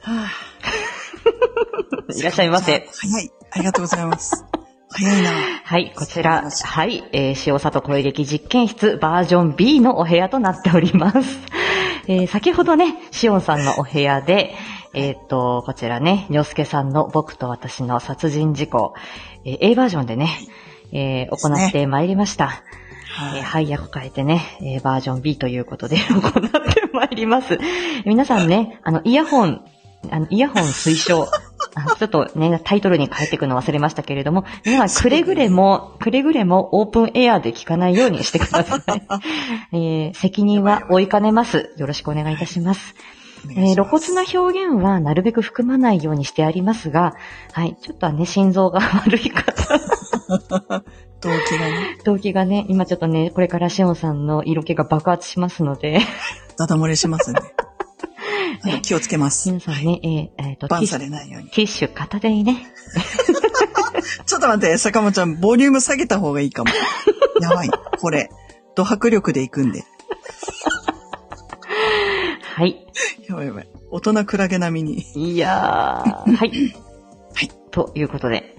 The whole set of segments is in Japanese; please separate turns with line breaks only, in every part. はあ、
いらっしゃいませ。
早い。ありがとうございます。早いな。
はい、こちら、はい、えー、塩里声劇実験室バージョン B のお部屋となっております。えー、先ほどね、しおんさんのお部屋で、えーっと、こちらね、にょすけさんの僕と私の殺人事故、えー A バージョンでね、えー
す
行
ね
ってまいりました。えー
は
配役変えてね、えーバージョン B ということで 行ってまいります。皆さんね、あの、イヤホン、あの、イヤホン推 奨。あちょっとね、タイトルに変えていくの忘れましたけれども、皆さんくれぐれも、くれぐれもオープンエアで聞かないようにしてください。 えー責任は負いかねます。よろしくお願いいたします。
い。
えー露骨な表現はなるべく含まないようにしてありますが、はい、ちょっとはね、心臓が 悪い方
動機がね、
動機がね、今ちょっとね、これからシオンさんの色気が爆発しますの で、
ダダ漏れしま すね。はい気をつけます。
皆さんね、えーえーと、テ
バ
ィッ
ン
シ
さ
ュ、
れないように。
ティッシュ片手にね、
ちょっと待って、坂本ちゃん、ボリューム下げた方がい いかも。やばい。これ、ド迫力でいくんで。
はい。
やばいやばい。大人クラゲ並みに。
いやー、はい。
はい
ということで。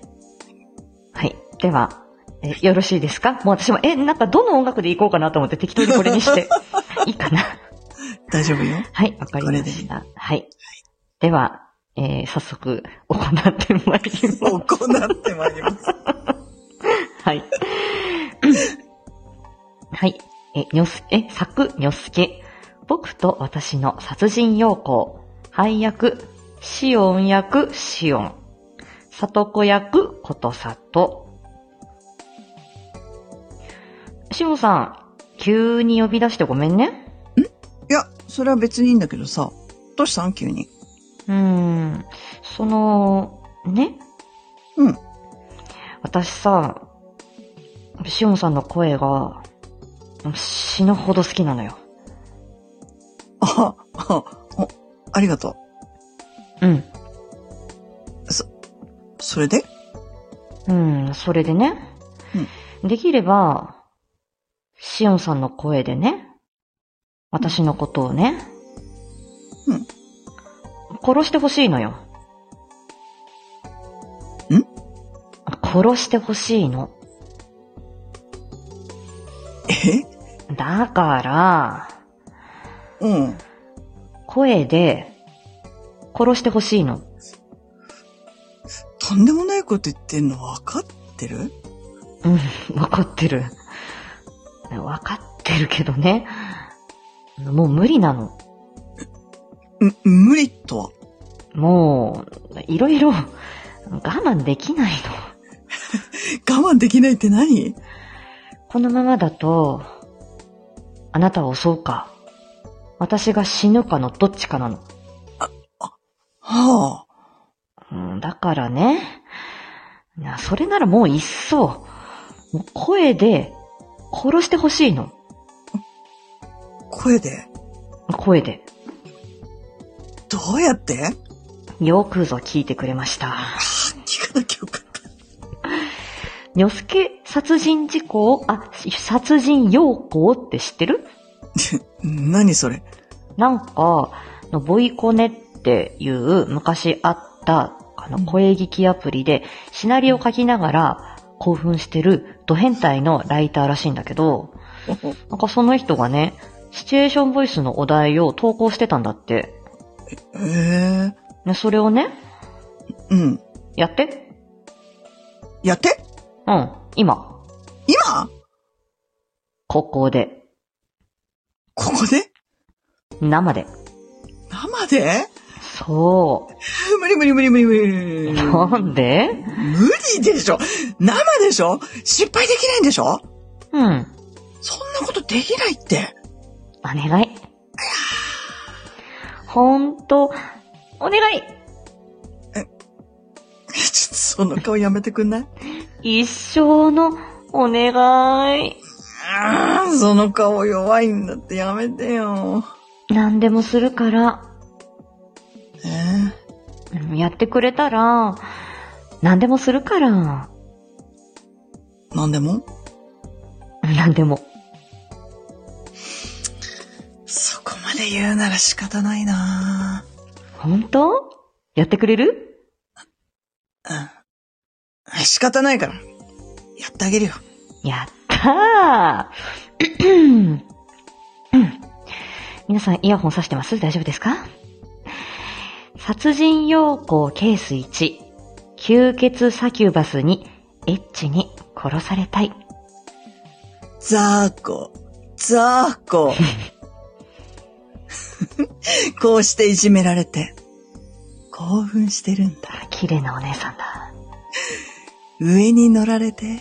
はい。では、えよろしいですかもう私も、え、なんかどの音楽でいこうかなと思って適当にこれに して、いいかな
大丈夫よ。
はい、わかりました。はい。では、えー早速、行ってまいります。
行ってまいり ます。
はい。 はい。え、にょす、え、作、にょすけ。僕と私の殺人要項。配役、しおん役、しおん。さとこ役、ことさと。しおんさん、急に呼び出してごめんね。
いや、それは別にいいんだけどさ。どうしたん急に。
うーん。その、ね。
うん。
私さ、しおんさんの声が、死ぬほど好きなのよ。
あ、あ、おありがと
うん。
う。それで
うん、それでね。できれば、しおんさんの声でね、私のことをね、
うん。
殺してほしいのよ。
ん
殺してほしいの。
え
だから、
うん。
声で、殺してほしいの。
とんでもないこと言ってんの分かってる
うん、わかってる。わかってるけどね。もう無理なの。
む、無理とは。
もう、いろいろ、我慢できないの。
我慢できないって何
このままだと、あなたを襲うか、私が死ぬかのどっちかなの。
はあ。
うん、だからね、いやそれならもういっそ、もう声で殺してほしいの。
声で。
声で。
どうやって
よくぞ聞いてくれました。
聞かなきゃよかった。
にょすけ殺人事項を、あ、殺人要項って知ってる
何それ
なんか、あのボイコネっていう昔あった、あの、声劇アプリで、シナリオ書きながら興奮してるド変態のライターらしいんだけど、なんかその人がね、シチュエーションボイスのお題を投稿してたんだって。
ええ
ね、それをね、
うん。
やって。
やって
うん、今、
今
ここで、
ここで
生で。
生で
そ
無理無理無理無理無理無
う。
理。
なんで
無理でしょ生でしょ失敗できないんでしょ
うん。
そんなことできないって。
お願い。ほんと、お願い
ちょっとその顔やめてくんない
一生のお願い。
あーその顔弱いんだってやめてよ。
何でもするから、
えー、
うんやってくれたら、何でもするから、
なんでも
何でも。
そこまで言うなら仕方ないな
ほんとやってくれる
うん。仕方ないから。やってあげるよ。
やったー 皆さんイヤホン挿してます大丈夫ですか殺人要項ケース1、吸血サキュバスに、エッチに殺されたい。
ザーコ、ザーコ。こうしていじめられて、興奮してるんだ。
あ綺麗なお姉さんだ。
上に乗られて、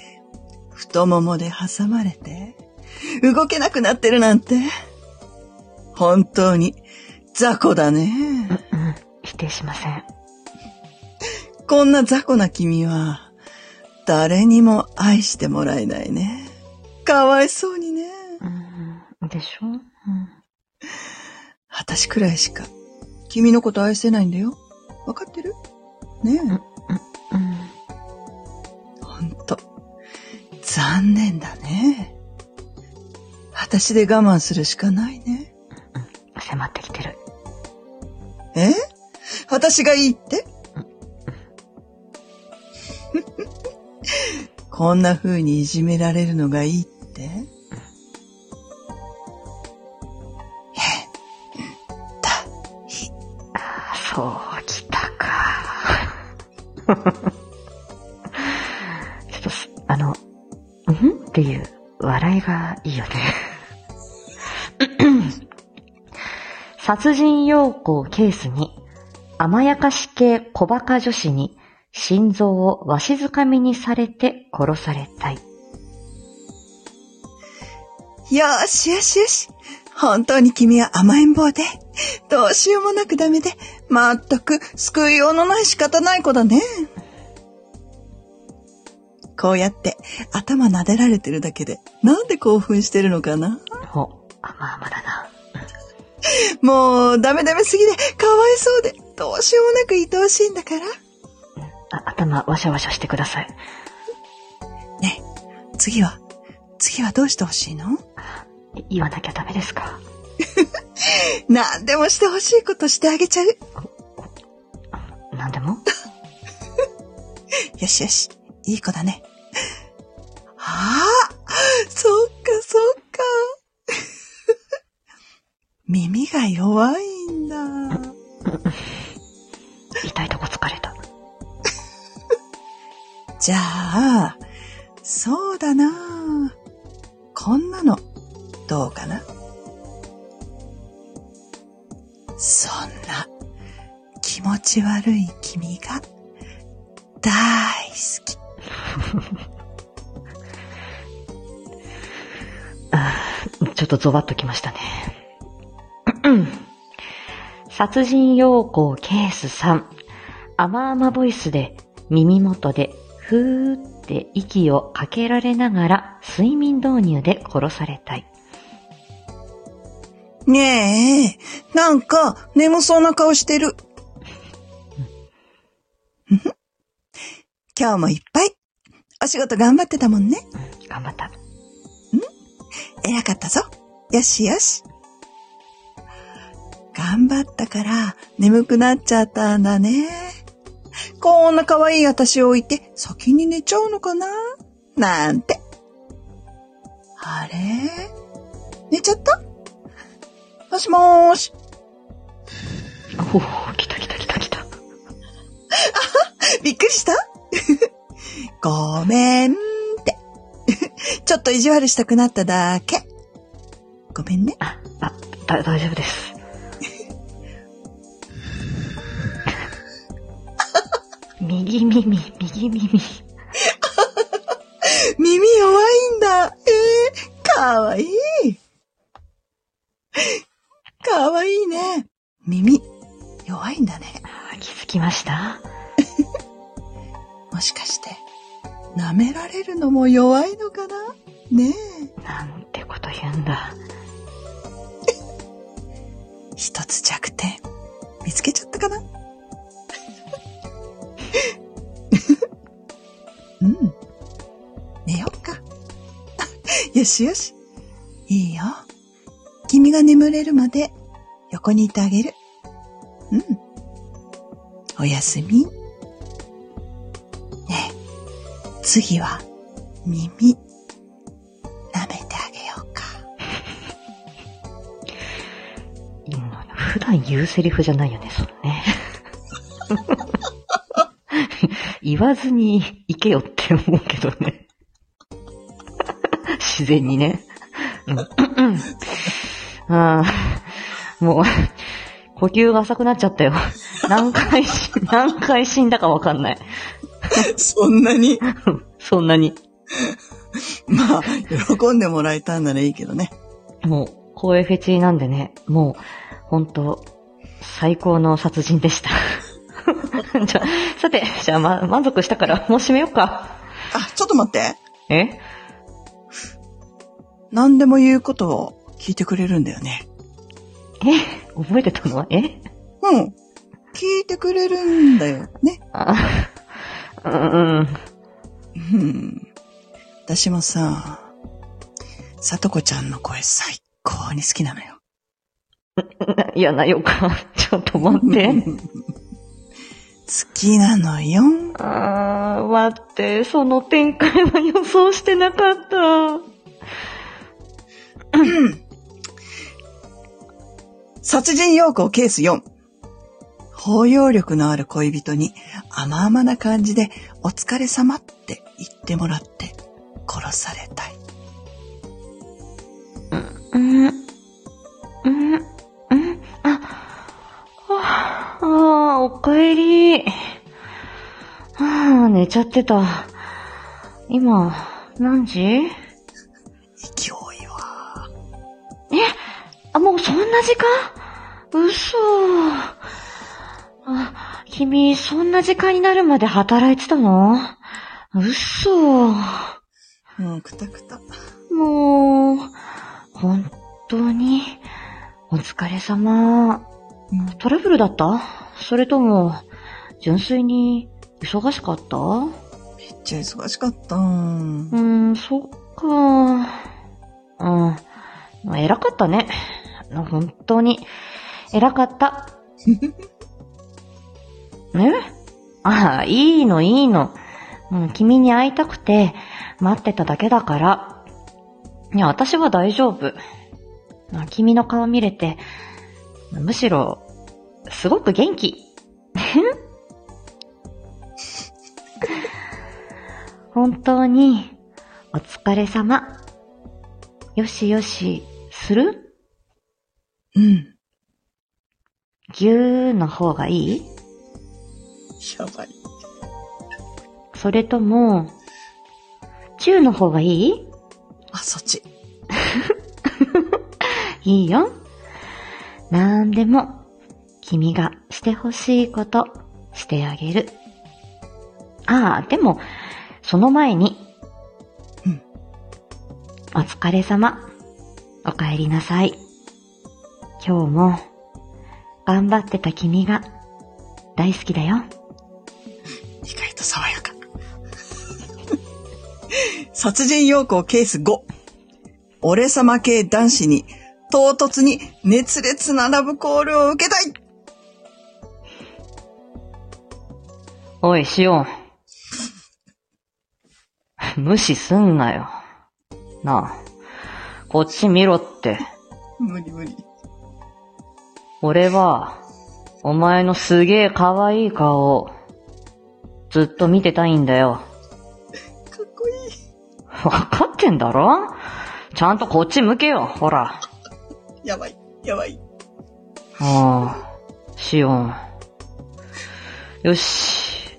太ももで挟まれて、動けなくなってるなんて、本当に雑魚だね。
うんうん、否定しません。
こんな雑魚な君は、誰にも愛してもらえないね。かわいそうにね。
うん、でしょ、うん、
私くらいしか、君のこと愛せないんだよ。わかってるね
うん。
え、ほんと。残念だね。私で我慢するしかないね。
迫ってきてる。
え私がいいってこんな風にいじめられるのがいいってえだ、
あそう、来たか。 ちょっとす、あの、んっていう笑いがいいよね。 殺人要項ケースに、甘やかし系小バカ女子に、心臓をわしづかみにされて殺されたい。
よーしよしよし。本当に君は甘えん坊で、どうしようもなくダメで、まったく救いようのない仕方ない子だね。こうやって頭撫でられてるだけで、なんで興奮してるのかな
ほ、甘々だな。
もう、ダメダメすぎで、かわいそうで、どうしようもなく愛おしいんだから。
あ頭わしゃわしゃしてください。
ねえ、次は、次はどうしてほしいの
い言わなきゃダメですか
何でもしてほしいことしてあげちゃう。
何でも
よしよし、いい子だね。ああ、そっかそっか。 耳が弱いんだ。
痛いとこ疲れた。
じゃあ、そうだな。こんなの、どうかな。そんな、気持ち悪い君が、大好き。
ちょっとゾワッときましたね。殺人要項ケース3。甘々ボイスで耳元でふーって息をかけられながら睡眠導入で殺されたい。
ねえ、なんか眠そうな顔してる。今日もいっぱい、お仕事頑張ってたもんね。
うん、頑張った。
偉かったぞ。よしよし。頑張ったから眠くなっちゃったんだね。こんな可愛い私を置いて先に寝ちゃうのかななんて。あれ寝ちゃったもしもーし。
おー、来た来た来た来た。
びっくりした ごめんって。 ちょっと意地悪したくなっただけ。ごめんね。
あ、あ、だ、大丈夫です。 右耳、右耳。
耳弱いんだ。えー、かわいい。かわいいね。耳、弱いんだね。
あー気づきました
もしかして、舐められるのも弱いのかなねえ、
なんてこと言うんだ。
一つ弱点、見つけちゃったかな うん。寝よっか。 よしよし。いいよ。君が眠れるまで、横にいてあげる。うん。おやすみ。ねえ次は、耳、舐めてあげようか。
今の普段言うセリフじゃないよね、それね。 言わずに行けよって思うけどね。自然にね。うん、ああもう、呼吸が浅くなっちゃったよ。何回死、何回死んだかわかんない。
そんなに、
そんなに。
まあ、喜んでもらえたんならいいけどね。
もう、声フェチなんでね、もう、ほんと、最高の殺人でした。 じゃあ、さて、じゃあ、ま、満足したから、もう閉めようか。
あ、ちょっと待って。
え
何でも言うことを聞いてくれるんだよね。
覚えてたのえ
うん。聞いてくれるんだよね。
あ、うん、うん。
うん。私もさ、さとこちゃんの声最高に好きなのよ。
嫌な予感。ちょっと待って。
好きなのよ。
あー、待って、その展開は予想してなかった。
殺人要項ケース4。包容力のある恋人に甘々な感じでお疲れ様って言ってもらって殺されたい。
うん、うん、うん、あ、ああ、おかえり。はあ、寝ちゃってた。今、何時
勢いは。
あ、もうそんな時間嘘。あ、君、そんな時間になるまで働いてたの嘘。
もうくたくた。
もう、本当に、お疲れ様。トラブルだったそれとも、純粋に、忙しかったう
めっちゃ忙しかった。
ーん、そっか。うん。まあ偉かったね。本当に、偉かった。ねああ、いいの、いいの。うん、君に会いたくて、待ってただけだから。いや、私は大丈夫。まあ君の顔見れて、むしろ、すごく元気。 本当に、お疲れ様。よしよし、する
うん。
ぎゅーの方がいい
やばい。
それとも、チューの方がいい
あ、そっち。
いいよ。なんでも、君がしてほしいこと、してあげる。ああ、でも、その前に。
うん
お疲れ様。お帰りなさい。今日も、頑張ってた君が、大好きだよ。
意外と爽 やか。殺人要項ケース5。俺様系男子に唐突に熱烈なラブコールを受けたい
おい、しおん。無視すんなよ。なあ、こっち見ろって。
無理無理。
俺は、お前のすげえ可愛い顔を、ずっと見てたいんだよ。
かっこいい。
わかってんだろちゃんとこっち向けよ、ほら。
やばい。やばい。
ああ、シオン。よし。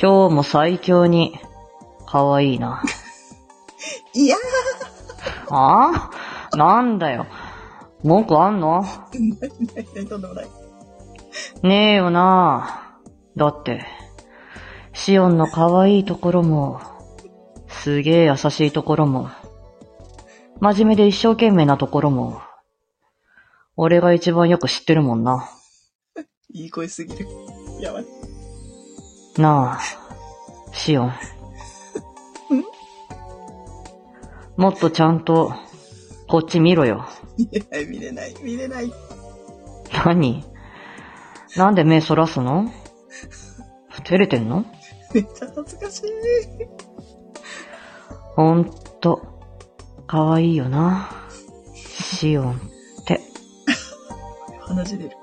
今日も最強に、可愛いな。
いや
ああなんだよ。文句あんの
ー、とんでもない。
ねえよなだって、シオンの可愛いところも、すげえ優しいところも、真面目で一生懸命なところも、俺が一番よく知ってるもんな。
いい声すぎる。やばい。
なあ、シオン。もっとちゃんと、こっち見ろよ。
見れない、見れない、見れない。
何なんで目そらすの照れてんの
めっちゃ恥ずかしい。
ほんと、かわいいよな。シオンって。
鼻血出る。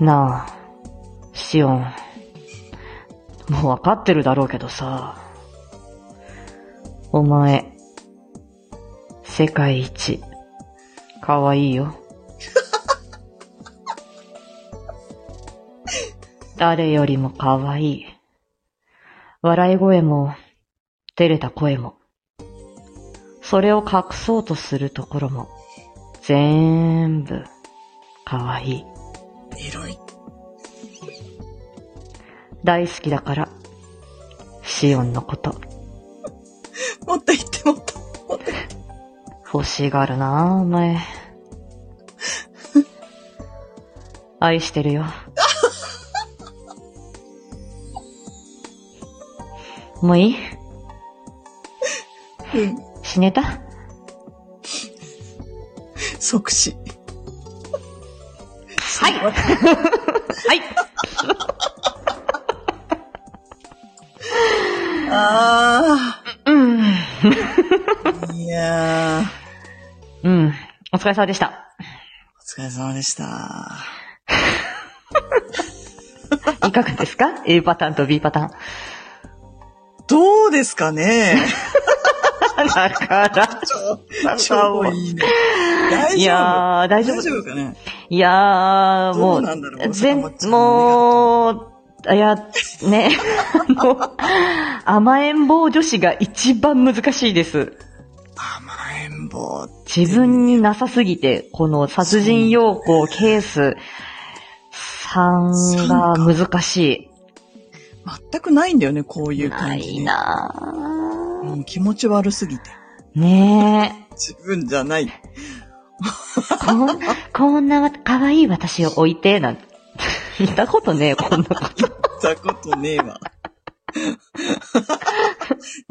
なあ、シオン。もうわかってるだろうけどさ。お前、世界一、かわいいよ。誰よりもかわいい。笑い声も、照れた声も。それを隠そうとするところも、全部、かわいい。
エロい。
大好きだから。シオンのこと、
もっと言ってもっと。
欲しがるなあお前。愛してるよ。もういい
うん。
死ねた
即死。
はいはい
あ
うん。
あ。いやー。
うん。お疲れ様で した。
お疲れ様でした。
いかがですか ?A パターンと B パターン。
どうですか ね
だから。
超いいね。大丈夫
いやー、大
大
丈
丈
夫。
夫かね
いやー、
ど
も
う
う
なんだろう
全、
この坂本ちゃん
もう、あいや、ね、 もう、甘えん坊女子が一番難しいです。
甘えん坊。
自分になさすぎて、この殺人要項ケース3が難し
全くないんだよね、こうい
い。
う
な
感じ
い
ね。
な
うん気持ち悪すぎて。
ぁ。ね
自分じゃない。
え、こん、こんなわ可愛い私を置いて、なんて。 見たことねえ、こんなこと。
たことねえわ。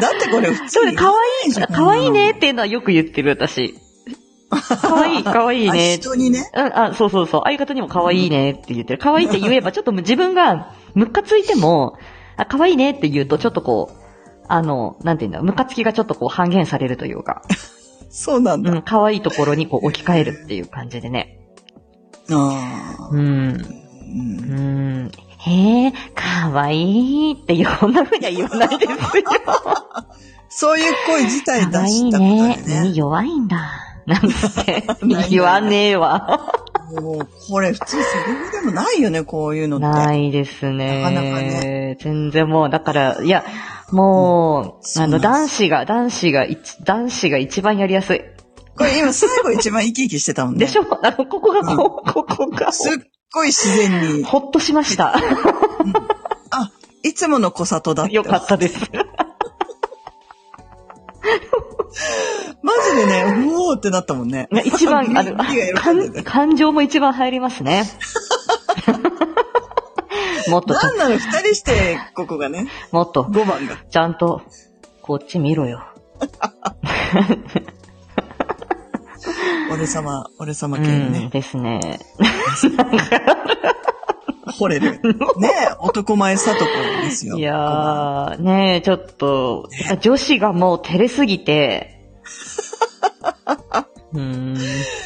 だってこれ普
そ
通
れ、
に。
可愛
いじゃん
可愛いねっていうのはよく言ってる、私。可愛い、可愛い
あ
ね。
人にね。
うん、あ、そうそうそう。相方にも可愛いねって言ってる。可愛いって言えば、ちょっと自分がムカついても、あ、可愛いねって言うと、ちょっとこう、あの、なんていうんだ、ムカつきがちょっとこう半減されるというか、
そうなん
う
だ。
ん、可愛いところにこう置き換えるっていう感じでね。
ああ。
うん、う
う
んん。へえ、可愛いっていう、こんな風には言わない ですよ。
そういう声自体出
可愛い
したこと
ね。
で
耳
ね。
弱いんだ。 なんつって。
ない
言わねえわ。
もう、これ普通セリフでもないよね、こういうのって。
ないですね。
なかなか
全然もう、だから、いや、もう、
うん
あの、
そうなん
男
で
子が、男子が一、男子が一番やりやすい。
これ今最後一番生き生きしてたもんね。
でしょあの、ここがこう、ここが、
すっごい自然に。
ほっとしました。
いつもの小里だった。
よかったです。
マジでね、うおーってなったもんね。
ね一番、あの、
耳が喜んで
感
た。
感情も一番入ります ね。もっと、
なんなの二人して、ここがね、
もっと、
5番が。
ちゃんと、こっち見ろよ。
俺様、俺様
う
系の
ん、
ね、
ですね。
惚れる。ね男前さとこですよ。
いやー、ねえ、ちょっと、女子がもう照れすぎて、 うーん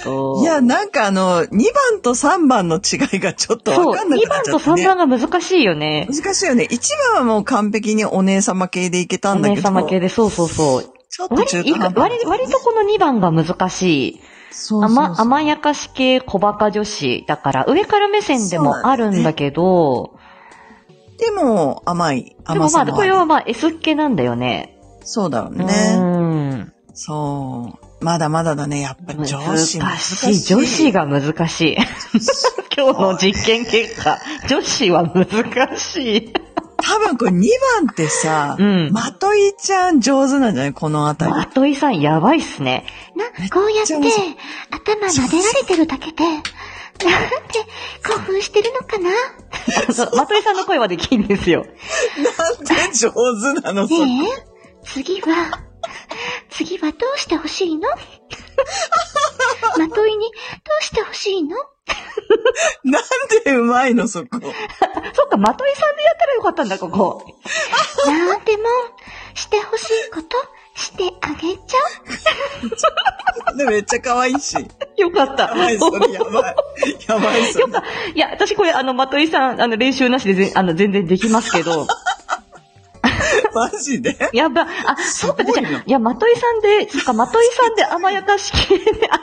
と。
いや、なんかあの、2番と3番の違いがちょっと
そう、
わかんな
2
くなっ
番
ちゃ
と
った
3
ね。
番が難しいよね。
難しいよね。1番はもう完璧にお姉様系でいけた
お
んだ
姉
けど。
様系で、そうそうそう。
ちょっと
割
中
り
途半端
割り割とこの2番が難しい。
そうそうそう
甘甘やかし系小バカ女子。だから、上から目線で
そう
もあ
なんだよ
る
ね
んだけど、
でも、甘い。
で
甘
もま
さ
あ、
も
こ
あ
れ
る。
はまあ S 系なんだよね。
そうだろう
う
ね。
ーん。
そう。ままだまだだね。やっぱ女子難しい。
難しい。女子が難し い。今日の実験結果、女子は難しい。
多分これ2番ってさ、
うん
まといちゃん上手なんじゃないこのあたり。
まといさんやばいっすね。な、こうや
っちゃ面白
頭撫でられてるだけで、なんて興奮してるのかなまといさんの声はできんですよ。
なんで上手なのそこ
ねえ、次は、次はどうしてほし いのまといにどうしてほしいの
なんででうまいの、そこ。
そっか、まといさんでやったらよかったんだ、ここ。
なんでも、してほしいこと、してあげちゃ
で、めっちゃ可愛いし。
よかった。
やばい、そ れやばい。やばい、それ。
いや、私これ、あの、まといさん、あの、練習なしでぜんあの、全然できますけど。
マジで
やば、あ、
す
そ
ご
う
い
か、
な
じゃあいや、まといさんで、そっか、まといさんで甘やかし系で、あ、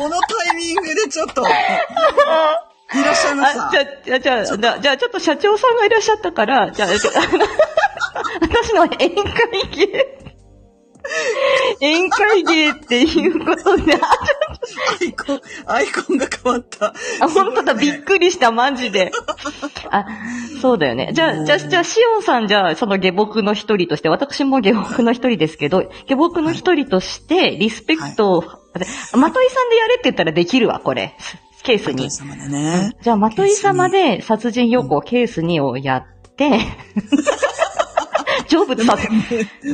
このタイミングでちょっ と。いらっしゃいました
あじ。ゃあ、じゃあ、じゃあ、じゃあ、じゃあちょっと社長さんがいらっしゃったから、 じゃあ、じゃああの私の宴会芸。宴会芸っていうこと で、あ、
アイコン、アイコンが変わった。
あ本当だ、びっくりした、マジで。あ、そうだよね。じゃあ、じゃあ、じゃあ、シオンさん、じゃあ、その下僕の一人として、私も下僕の一人ですけど、下僕の一人として、リスペクトを、まといさんでやれって言ったらできるわ、これ。ケース
お
に
父。様だね。
じゃあ、まとい様で殺人予行ケース2をやっ て、成仏させ、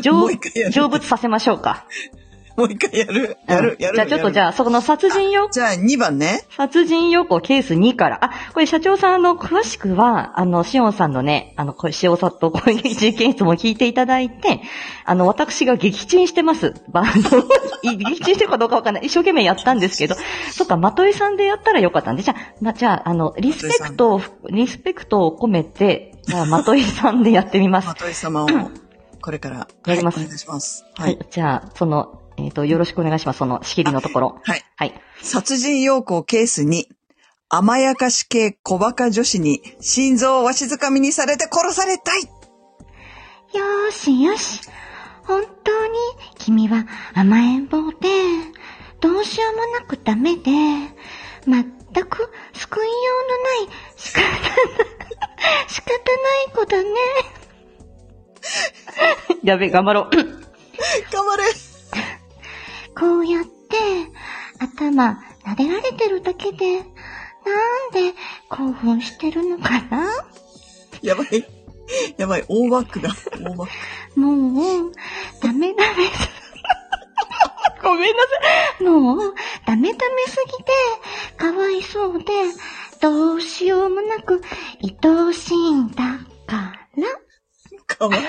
もう一回
成
やる
成仏させましょうか。
もう一回やる。やる、やる。
じゃあ、ちょっとじ
あ。
ゃあ、その殺人予
じゃあ2番ね。
殺人予行ケース2から。あ、これ社長さん、あの、詳しくは、あの、シオンさんのね、あの、こ塩さと小池事件室も聞いていただいて、あの、私が撃沈してます。バンド。い撃沈してるかどうかわかんない。一生懸命やったんですけど、そっか、まといさんでやったらよかったんで、じゃあ、まあ、じゃあ、あの、リスペクトを、リスペクトを込めて、じゃあ、まといさんでやってみます
ま。とい様を、これから、
やります
はいお願いします。は
はいい。。じゃあ、その、えっ、と、よろしくお願いします。その、仕切りのところ。
はい。
はい。
殺人要項ケース2。甘やかし系小バカ女子に心臓をわしづかみにされて殺されたい
う。よーしよし。本当に君は甘えん坊で、どうしようもなくダメで、全く救いようのない仕方ない、仕方ない子だね。
やべえ、頑張ろ う。
頑張れ
こうやって、頭撫でられてるだけで、なんで興奮してるのかな
やばい。やばい。大バックだ。大バック。
もう、ダメダメす。ごめんなさい。もう、ダメダメすぎて、かわいそうで、どうしようもなく、愛おしいんだから、
かわいい。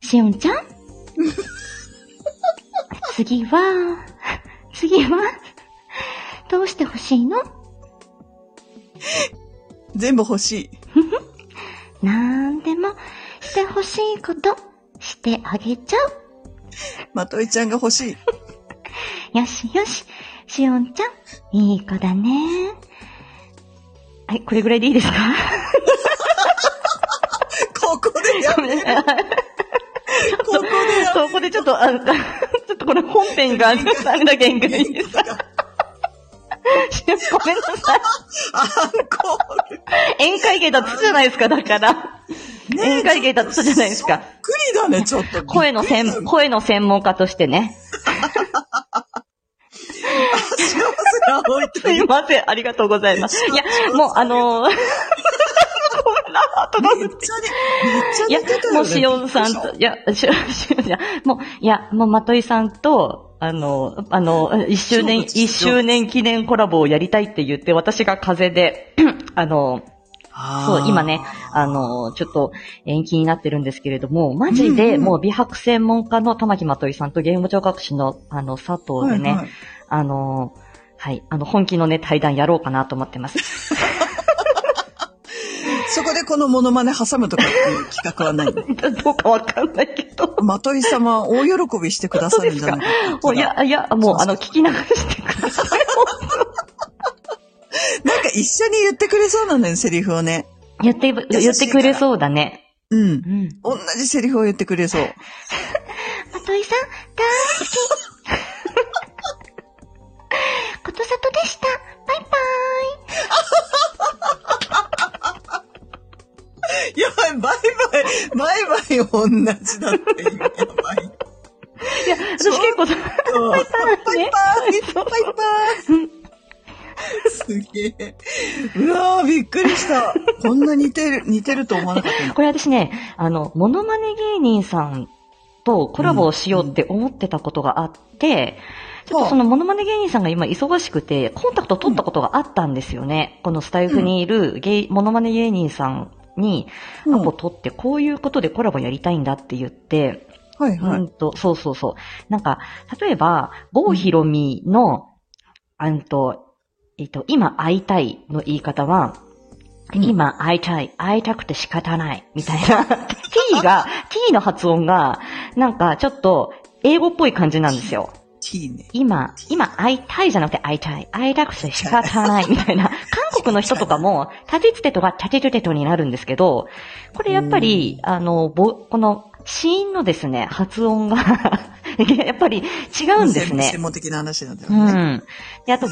しおんちゃん。次は、次は、どうしてほしいの
全部欲しい。
なんでも、してほしいこと、してあげちゃう。
まといちゃんが欲しい。
よしよし、しおんちゃん、いい子だね。
はい、これぐらいでいいですか
ここでや
ごめんなさい
ここでや
そう、ここでちょっと、あのちょっとこれ本編が、あれだけん ぐらいです。ごめんなさい。
アンコール。
宴会芸だったじゃないですか、だから。宴会芸だったじゃないですか。
くりだね、ちょっと。
声の専、声の専門家としてね。
幸せな青い
すいません、ありがとうございます。いや、もうあのーこんな後が
めっちゃ
い
ね、め
や
っちゃ出てたよ、ね。
もうしおんさんと、いや、しおしおんじゃん、もう、いや、もうまといさんと、あの、あの、一周年、
そうです
一周年記念コラボをやりたいって言って、私が風邪で、 あの、
あー
そう、今ね、あの、ちょっと延期になってるんですけれども、マジで、
うんうん
もう美白専門家の玉木まといさんと言語聴覚士の、あの、佐藤でね、
はいはい
あの、はい、あの、本気のね、対談やろうかなと思ってます。
そこでこのモノマネ挟むとかっていう企画はないの。
どうかわかんないけど。
まとい様、大喜びしてくださるんじゃないか
もうい
な
や、いや、もう、あの、聞き流してください。
んか一緒に言ってくれそうなのよ、セリフをね。
言って、言ってくれそうだね。
うん
う。ん。
同じセリフを言ってくれそう。
まといさん、大好 き。ことさとでした。バイバ
やばい、バイバイ、バイバイ、同じだっていう。やばい。
私結構さ、
バイバイ、
ね
バイバイ。すげえ。うわー、びっくりした。こんな似てる、似てると思わなかったな。
これ私ね、あの、モノマネ芸人さんとコラボをしようって思ってたことがあって、ちょっとそのモノマネ芸人さんが今忙しくて、コンタクトを取ったことがあったんですよね。このスタイフにいるゲイ、モノマネ芸人さんに
うん
アポ取って、こういうことでコラボやりたいんだって言って、
はいは
う
い
ん。と、そうそうそう。なんか、例えば、郷ひろみの、あんと、えっと、今会いたいの言い方は、
うん
今会いたい、会いたくて仕方ない、みたいな。t が、t の発音が、なんかちょっと英語っぽい感じなんですよ。
T ね。
今、今会いたいじゃなくて会いたい。会いたくて仕方ない、みたいな。韓国の人とかも、タテツテとかタテルテトになるんですけど、これやっぱり、あの、ぼ、この、子音のですね、発音が、 やっぱり違うんですね。
専門的な話なんだよ
う
ね。
ん。で、あと、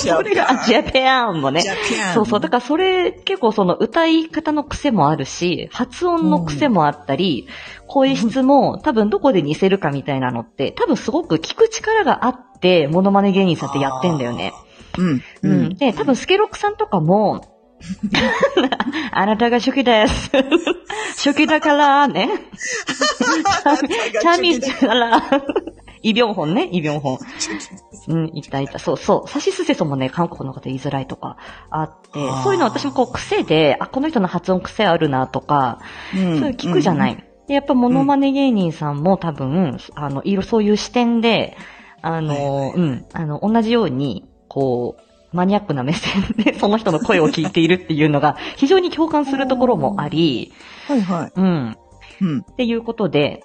ジャ
それが、あジャペアンもね
ジ。ャパン
そうそう。だからそれ、結構その歌い方の癖もあるし、発音の癖もあったり、声質も多分どこで似せるかみたいなのって、多分すごく聞く力があって、モノマネ芸人さんってやってんだよね。
うん。
う。
うんん。
で、多分スケロクさんとかも、あなたが初期です。初期だからね。 チャーミーズから、イビョンホンね、イビョンホン。うん、いたいた。そうそう。サシスセソもね、韓国の方言いづらいとかあって
あー、
そういうの私もこう癖で、あ、この人の発音癖あるなとか、
うん
そういう聞くじゃない。。で、やっぱモノマネ芸人さんも多分、あの、いろ、そういう視点で、あの、うん、あの、同じように、こう、マニアックな目線で その人の声を聞いているっていうのが、非常に共感するところもあり、
はいはい。
うん、
うん。
っていうことで、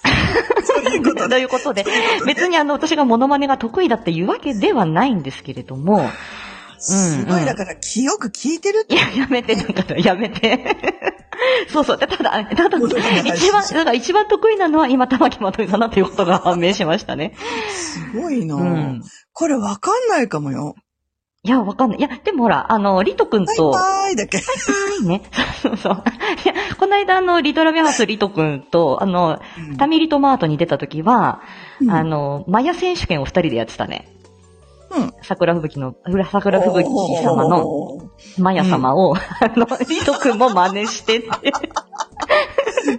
そういうこと
と
ね。
いうことで、別にあの、私がモノマネが得意だっていうわけではないんですけれども、
すごい、だから、記憶聞いてるっ
い
て。
や、やめて、だから、やめて。 そうそう。でただ、ただ、
ことが大事
一番、だから一番得意なのは今、玉木まといだなっていうことが判明しましたね。
すごいうな。
ん。
これわかんないかもよ。
いや、わかんない。いや、でもほら、あの、リトくん
バイ
と、
バーイだけ。
いね。そうそう。いや、この間、あの、リトラメハウスリトくんと、あの、タミリトマートに出た時は、
うん
あの、マヤ選手権を二人でやってたね。
うん。
桜吹雪の、桜吹雪様の、
の。
マヤ様を、あの、リト君も真似してって、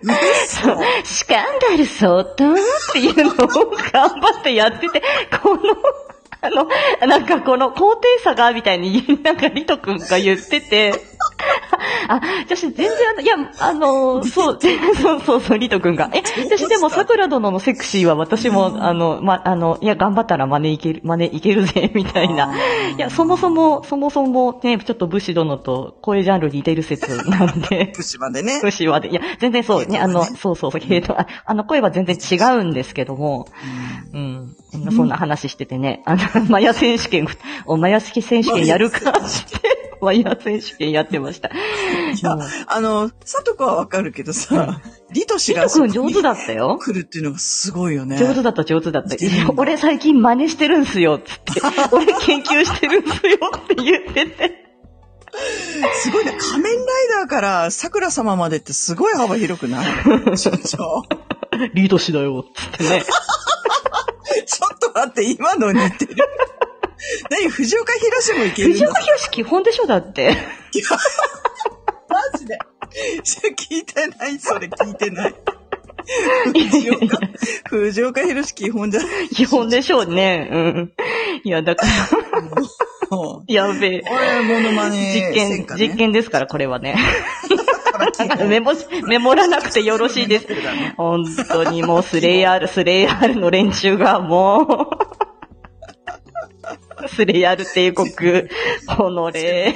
嘘、
スキャンダル相当っていうのを頑張ってやってて、この、あの、なんかこの高低差が、みたいに、なんかリト君が言ってて、あ、私全然あの、いや、あの、そう、全然そうそうそう、リト君が。え、私でも桜殿のセクシーは私も、あの、ま、あの、いや、頑張ったら真似いける、真似いけるぜ、みたいな。いや、そもそ。も、そもそもね、ちょっと武士殿と声ジャンル似てる説なので
福島でね
武。士はで、いや、全然そう、ね、あの、
ヘイトがね
そうそうそう、ヘイト、ああの声は全然違うんですけども、うん、そんな話しててね、あの、マヤ選手権、お、マヤ式選手権やるかって、マヤ選手権やってました。
いや
うん、
あの、さとこはわかるけどさ、リト氏
リ
が
ト
そこ
君
に
上手だったよ。
来るっていうのがすごいよね。
上手だった、上手だった。
似てるんだ
俺最近真似してるんすよ、つって。俺研究してるんすよ、って言ってて。
すごいね。仮面ライダーから桜様までってすごい幅広く ないちょちょ
リードしだよ、つってね。
ちょっと待って、今の似てる。何藤岡東もいけるん
藤
だ
岡弘基本でしょだって。
マジで。聞いてない、それ聞いて ない。藤岡、藤岡弘基本じゃない。
基本でしょうね。うん。いや、だから、
もう
やべえ。
これ、モノマネ
実験、
戦果ね
実験ですから、これはね。だから メモし、メモらなくてよろしいです。本当にもうスレイ ヤール、スレイヤールの連中がもう、 スレイヤール帝 国、このれ。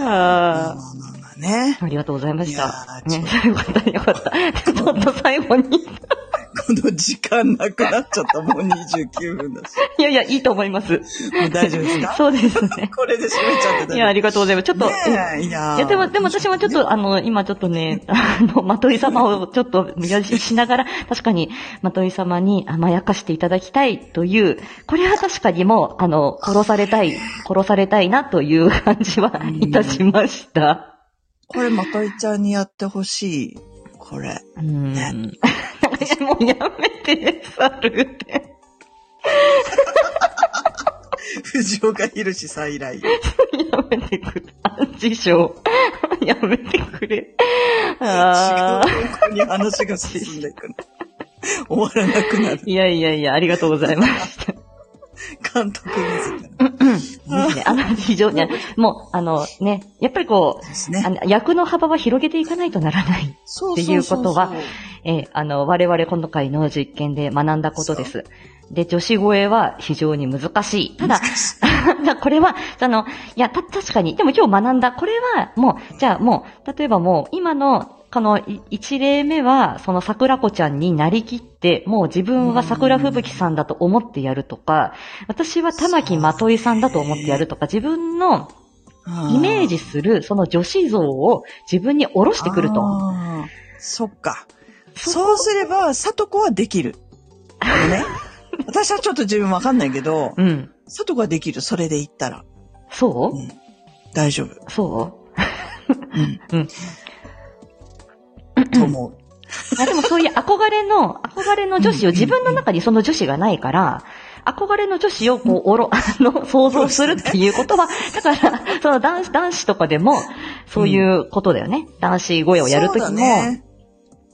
ああ。
モノマネ。
ありがとうございまし
いや
た。
ー
ね、よかった、よかった。ちょっと最後に。
この時間なくなっちゃった。もう29分だし。
いやいや、いいと思います。
もう大丈夫です か
そうですね。
これで締めちゃって
い
大
や、あ
丈
りがとうございます。ちょっと、
夫。
うん
ねえいやー
いや、でも、でも私もちょっと、あの、今ちょっとね、あの、まとい様をちょっと見やしながら、確かに、まとい様に甘やかしていただきたいという、これは確かにもう、あの、殺されたい、殺されたいなという感じはいたしました。
これ、まといちゃんにやってほしい。これ。
うん。もうやめて、猿って。
藤岡弘再来。
やめてくれ。安置所。やめてくれ。あー
方向に話が進んでいくの。終わらなくなる。
いやいやいや、ありがとうございました。
監督自ら
ですね。あの、非常に、もう、あのね、やっぱりこう、
ですね
あ。の役の幅は広げていかないとならない。
そ
っていうことはえーあの、我々今回の実験で学んだことです。で、女子声は非常に難し い。ただ、これは、あの、いや、た、確かに、でも今日学んだ、これは、もう、じゃあもう、例えばもう、今の、このい一例目は、その桜子ちゃんになりきって、もう自分は桜吹雪さんだと思ってやるとか、私は玉木まといさんだと思ってやるとか、自分のイメージする、その女子像を自分に下ろしてくると。
あー。そっか。そうすれば、さとこはできる。 ね。私はちょっと自分わかんないけど、
うん。
さとこはできる。それで言ったら。
そう、
うん大丈夫。
そう
う
うん
ん。と思う。
あでもそういう憧れの、憧れの女子を、
うんうんうん
自分の中にその女子がないから、憧れの女子をこう、お ろ、あの、想像するっていうことは、だから、その男子、男子とかでも、そういうことだよね。男子声をやるときも、
そうだね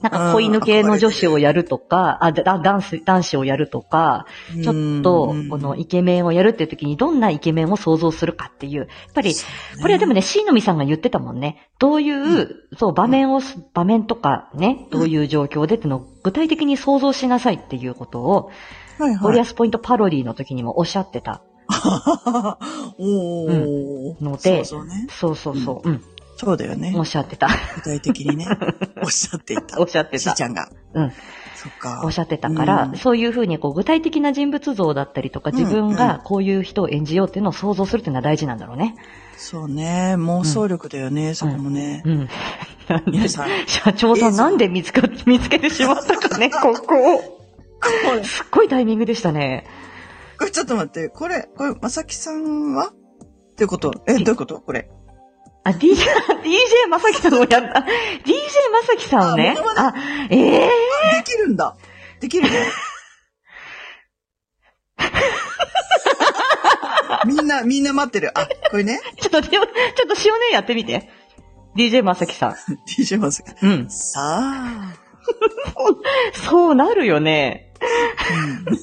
なんか子犬系の女子をやるとか、あ、だ男子、男子をやるとか、ちょっと
うん、
このイケメンをやるっていう時にどんなイケメンを想像するかっていう。やっぱり、これはでもね、椎のみさんが言ってたもんね。どういう、そう、場面をす、場面とかね、どういう状況でっていうのを具体的に想像しなさいっていうことを、
はい
ゴ
は
リ
い。
アスポイントパロディの時にもおっしゃってた。
おお、
うんので
そうそうね。
そうそうそう、うん、
そうだよね
お。っしゃってた。
具体的 にね。おっしゃっていた。
おっしゃって
しー
た
ち。ゃんが。
うん。
そっか。
おっしゃってたから、
うん
そういうふうにこう具体的な人物像だったりとか、自分がこういう人を演じようっていうのを想像するっていうのは大事なんだろうね。
そうね。妄想力だよね、そこもね。
うん。なんで
皆さん、
社長さんなんで見つか、 見つけてしまったかね、ここを。 すっごいタイミングでしたね。
これちょっと待って、これ、これ、まさきさんはってことえ、どういうことこれ。
あ、DJ、DJ まさきさんをやった。DJ まさきさんをね
あモ。
あ、ええ
できるんだ。できるね。みんな、みんな待ってる。あ、これね。
ちょっと、ちょっと塩ねやってみて。DJ まさきさ
DJ まさき。
ん。うん。
さあ。
そうなるよね。
うん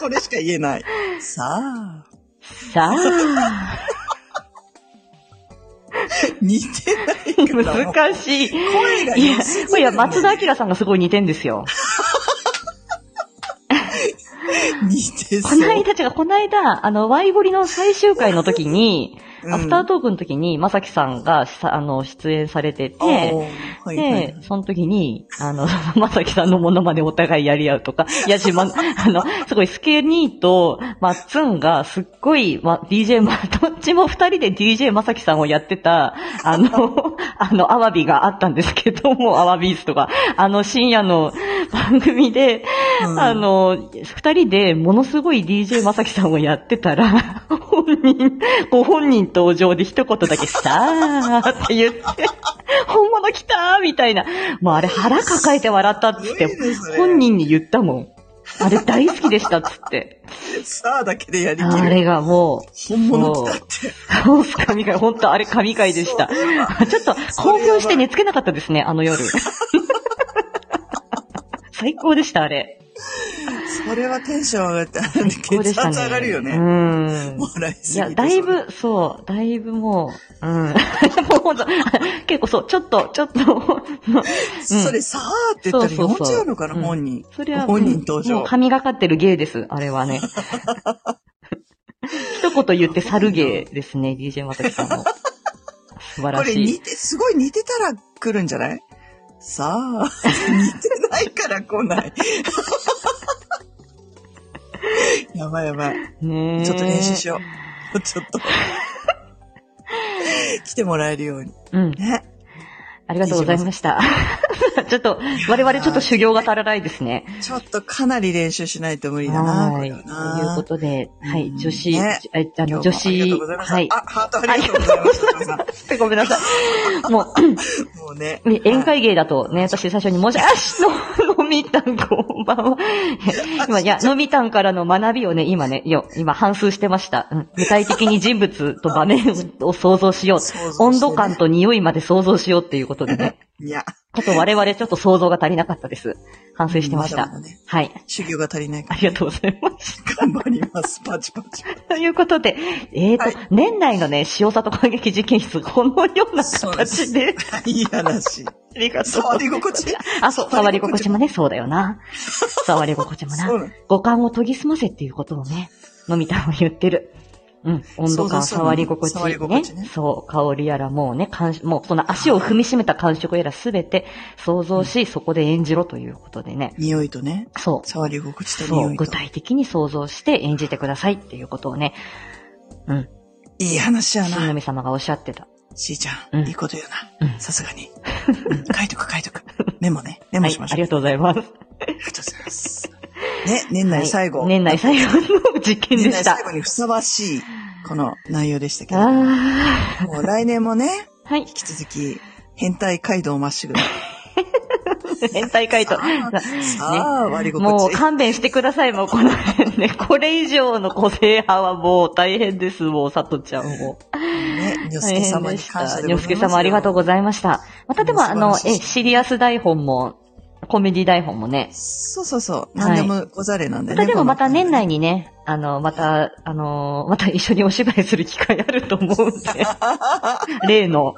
これしか言えない。さあ。
さあ、
似てないから。もう
難しい。
声が
い
似
や
てすぎる、
これいや、松田明さんがすごい似てんですよ。
似てそ
こ
う。
の間、違う、この間、あの、ワイゴリの最終回の時に、
うん
アフタートークの時に、まさきさんがさ、あの、出演されて
おー
て、
はいはいはい
で、その時に、あの、 まさきさんのものまでお互いやり合うと か、いやし、ま、あの、すごいスケニーと、まっつんが、すっごい、ま、DJ、ま、どっちも二人で DJ まさきさんをやってた、あ の、あの、アワビがあったんですけども、アワビースとか、あの、深夜の番組で、
うん
あの、二人でものすごい DJ まさきさんをやってたら、本人、ご本人登場で一言だけ、さあって言って、本物来たーみたいな。もうあれ腹抱えて笑ったっつっ
す
て
ごいねそ、れ
本人に言ったもん。あれ大好きでしたっつって。
さあだけでやりき
あ
る。
れがもう、
本物来たって。
そうっす神回、本当あれ神回でした。ちょっと興奮して寝つけなかったですね、あの夜。最高でした、あれ。
それはテンション上がって、
最高で
血
したね。
圧上がるよ
う
ね。
ん。
笑い
い
すぎて
や、だい。ぶ、そう、だいぶもう、うん。 もうほんと、結構そう、ちょっと、ちょっと、
それそれさあって言ったら
そうそうそ
読ん
う
じゃうのかな、
うん
本人。
それは、
本人登場
もう神がかってる芸です、あれは ね。一言言って猿芸ですね、DJ まさきさんの。素晴
こ
ら
れ
し
似
い。
て、すごい似てたら来るんじゃないさあ、似てないから来ない。 やばいやばい。
ねえ
ちょっと練習しよう。ちょっと。来てもらえるように。
うん。
ね。
ありがとうございました。ちょっと、我々ちょっと修行が足らないですね。
ちょっとかなり練習しないと無理だな、こ
は
れ
い。
は
と
な
いうことで、は
う
い、
ん
女子、
ね
えあ
今
の、
日
女
も
子
ありがとうござい、ました
はい。
あ、ハートありがとうございました皆さ
ごめんなさい。 もう、
ん。もうね。
ね宴会芸だとね、私最初に申し、あしの、のみたんこんばんは。今、いや、のみたんからの学びをね、今ね、よ、今、反数してました。うん具体的に人物と場面を想像しよう。
想像してね
温度感と匂いまで想像しようっていうことでね。
いや、
ちょっと我々ちょっと想像が足りなかったです。反省してまし
だ
た。
だね、
はい。
修行が足りないか
ありがとうございます。
ら頑張ります。パチパチ。
ということで、えーと、
は
年内のね、塩里感激事件室、このような
そうです
形で、
いい話。
ありがとうご
触
ざい
り
ます。
心地。
あ、そう、触り心地もね、そうだよ な。触り心地もな
そ。うなの
五感を研ぎ澄ませっていうことをね、のみたも言ってる。うん。温度
そうだ
感、
そうだ
触り心地
触り
ね
心地ね
そう、香りやらもうね、感もうその足を踏みしめた感触やらすべて想像し、そこで演じろということでね。
匂いとね、
そう。
触り心地と
そ
匂
う、
いと
具。体的に想像して演じてくださいっていうことをね、
いい話や
新
な。
神様がおっしゃってた。
しーちゃ、
うんん
いいこと言う
う
な。
ん
さすがに。うん書いとく書いとく。メモね。メ
は
モ
い
し、ま
あ
し
り
ょう。
がとうございます。
ありがとうございます。ね、年内最後。
はい年内最後の実験
年
で
内
した
最。後にふさわしい、この内容でしたけど。も
あ
う来年もね、
ー はい。
引き続き、変態街道まっしぐら。
変態回答。
さあ、割り
も
心
う
地。
勘弁してください、もうこの辺 ね。これ以上の個性派はもう大変です、もう、さとちゃんも。
ね、にょす
大
け
変
様
で
に
し
感謝
た。
でございますよ。
よすけ様ありがとうございました。またでも、あ
いや
の
素、晴ら
え、
しい
シリアス台本も、コメディ台本もね。
そうそうそう。何でもござれなんで
ま
ね。
たでもまた年内
に。
にね、あの、また、あの、また一緒にお芝居する機会あると思 うんで、例の、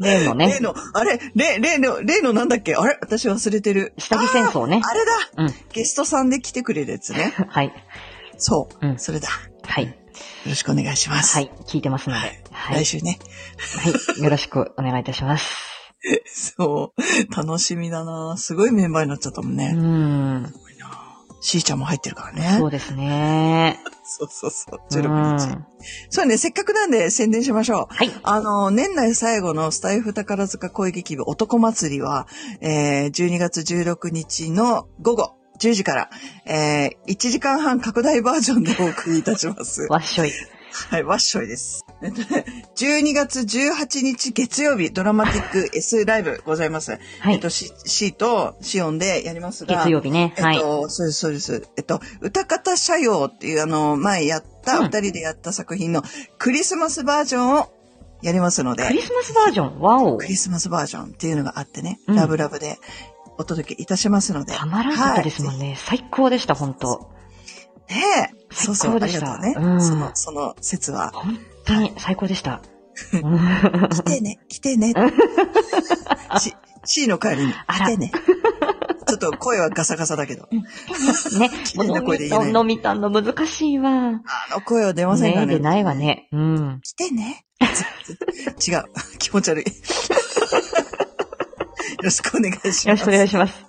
例のね
例、の、あれ、例、例の、例のなんだっけあれ私忘れてる。
下着戦争ね。
あれだ
うん。
ゲストさんで来てくれるやつね。
はい。
そう。
うん
それだ。よ
はい。
ろしくお願いします。
はい。聞いてますので。はい。
来週ね。
はい。よろしくお願いいたします。
そう。 楽しみだなすごいメンバーになっちゃったもん
う
ね。
ん。
しーちゃんも入ってるから
そ
ね
う。ですね。
そうそうそう。
うん
16日。そうね、せっかくなんで宣伝しましょう。
はい。
あの、年内最後のスタイフ宝塚恋劇部男祭りは、えー、12月16日の午後10時から、えー、1時間半拡大バージョンでお送りいたします。
わっしょい。
はい、わっしょいです。 えっとね12月18日月曜日、ドラマティック S ライブございます。
は
えっ
い
と、。シシーとシオンでやりますが。
月曜日ね。は
えっ
い。
と、そうです、そうです。えっと、歌方社用っていう、あの、前やった、
うん
二人でやった作品のクリスマスバージョンをやりますので
ク、リスマスバージョン。わお
ク。リスマスバージョンっていうのがあってね、
うん
ラブラブでお届けいたしますので。
たまらんかったですも
は
んね。最高でした、本当
いねえ。
最
そうそう、
高
あ
で
り
し
が
た
とうね。
うん
その、その説 は。
本当に最高でした。うん
来てね、来 てね。し、C の帰りに、
あ
来
ら
てね。ちょっと声はガサガサだけど。
ね。
綺麗
も
な
う
声
飲み
で言え
た
ない
ん、飲みたんの難しいわ。
あの声は出ませんか
ね
らね。
出ないわね。うん。
来て ね。違う。 気持ち悪い。よろしくお願いします。
よろしくお願いし
ま
ます。
す。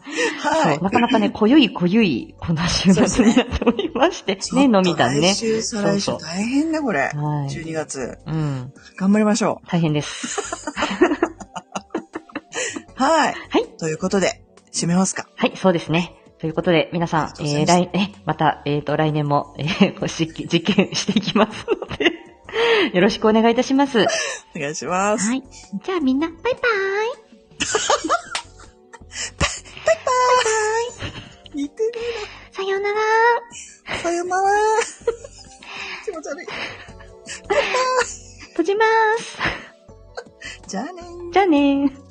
そ
は
うなかなかね、濃ゆい濃ゆい、この週末になっておりまして。
い。
ね、飲みたんね
来。週、再来週
そうそ
大変だ、これ。
はい。
12月。
うん。
頑張りましょ
大変です。
う。はい。
はい。
ということで、締めますか。
はい、そうですね。ということで、皆さ
あ
ん、
りがとう
えー、
ご
来、
ざ
え、また、えっ、と、来年も、えー、ご実験実験していきますので、よろしくお願いいたします。は
お願いします。
い。
じゃあみんな、バイバーイ。
似てる
さようなら。
な。さよなら。 気持ち悪い。
閉じます。
じゃあねー。
じゃあねー。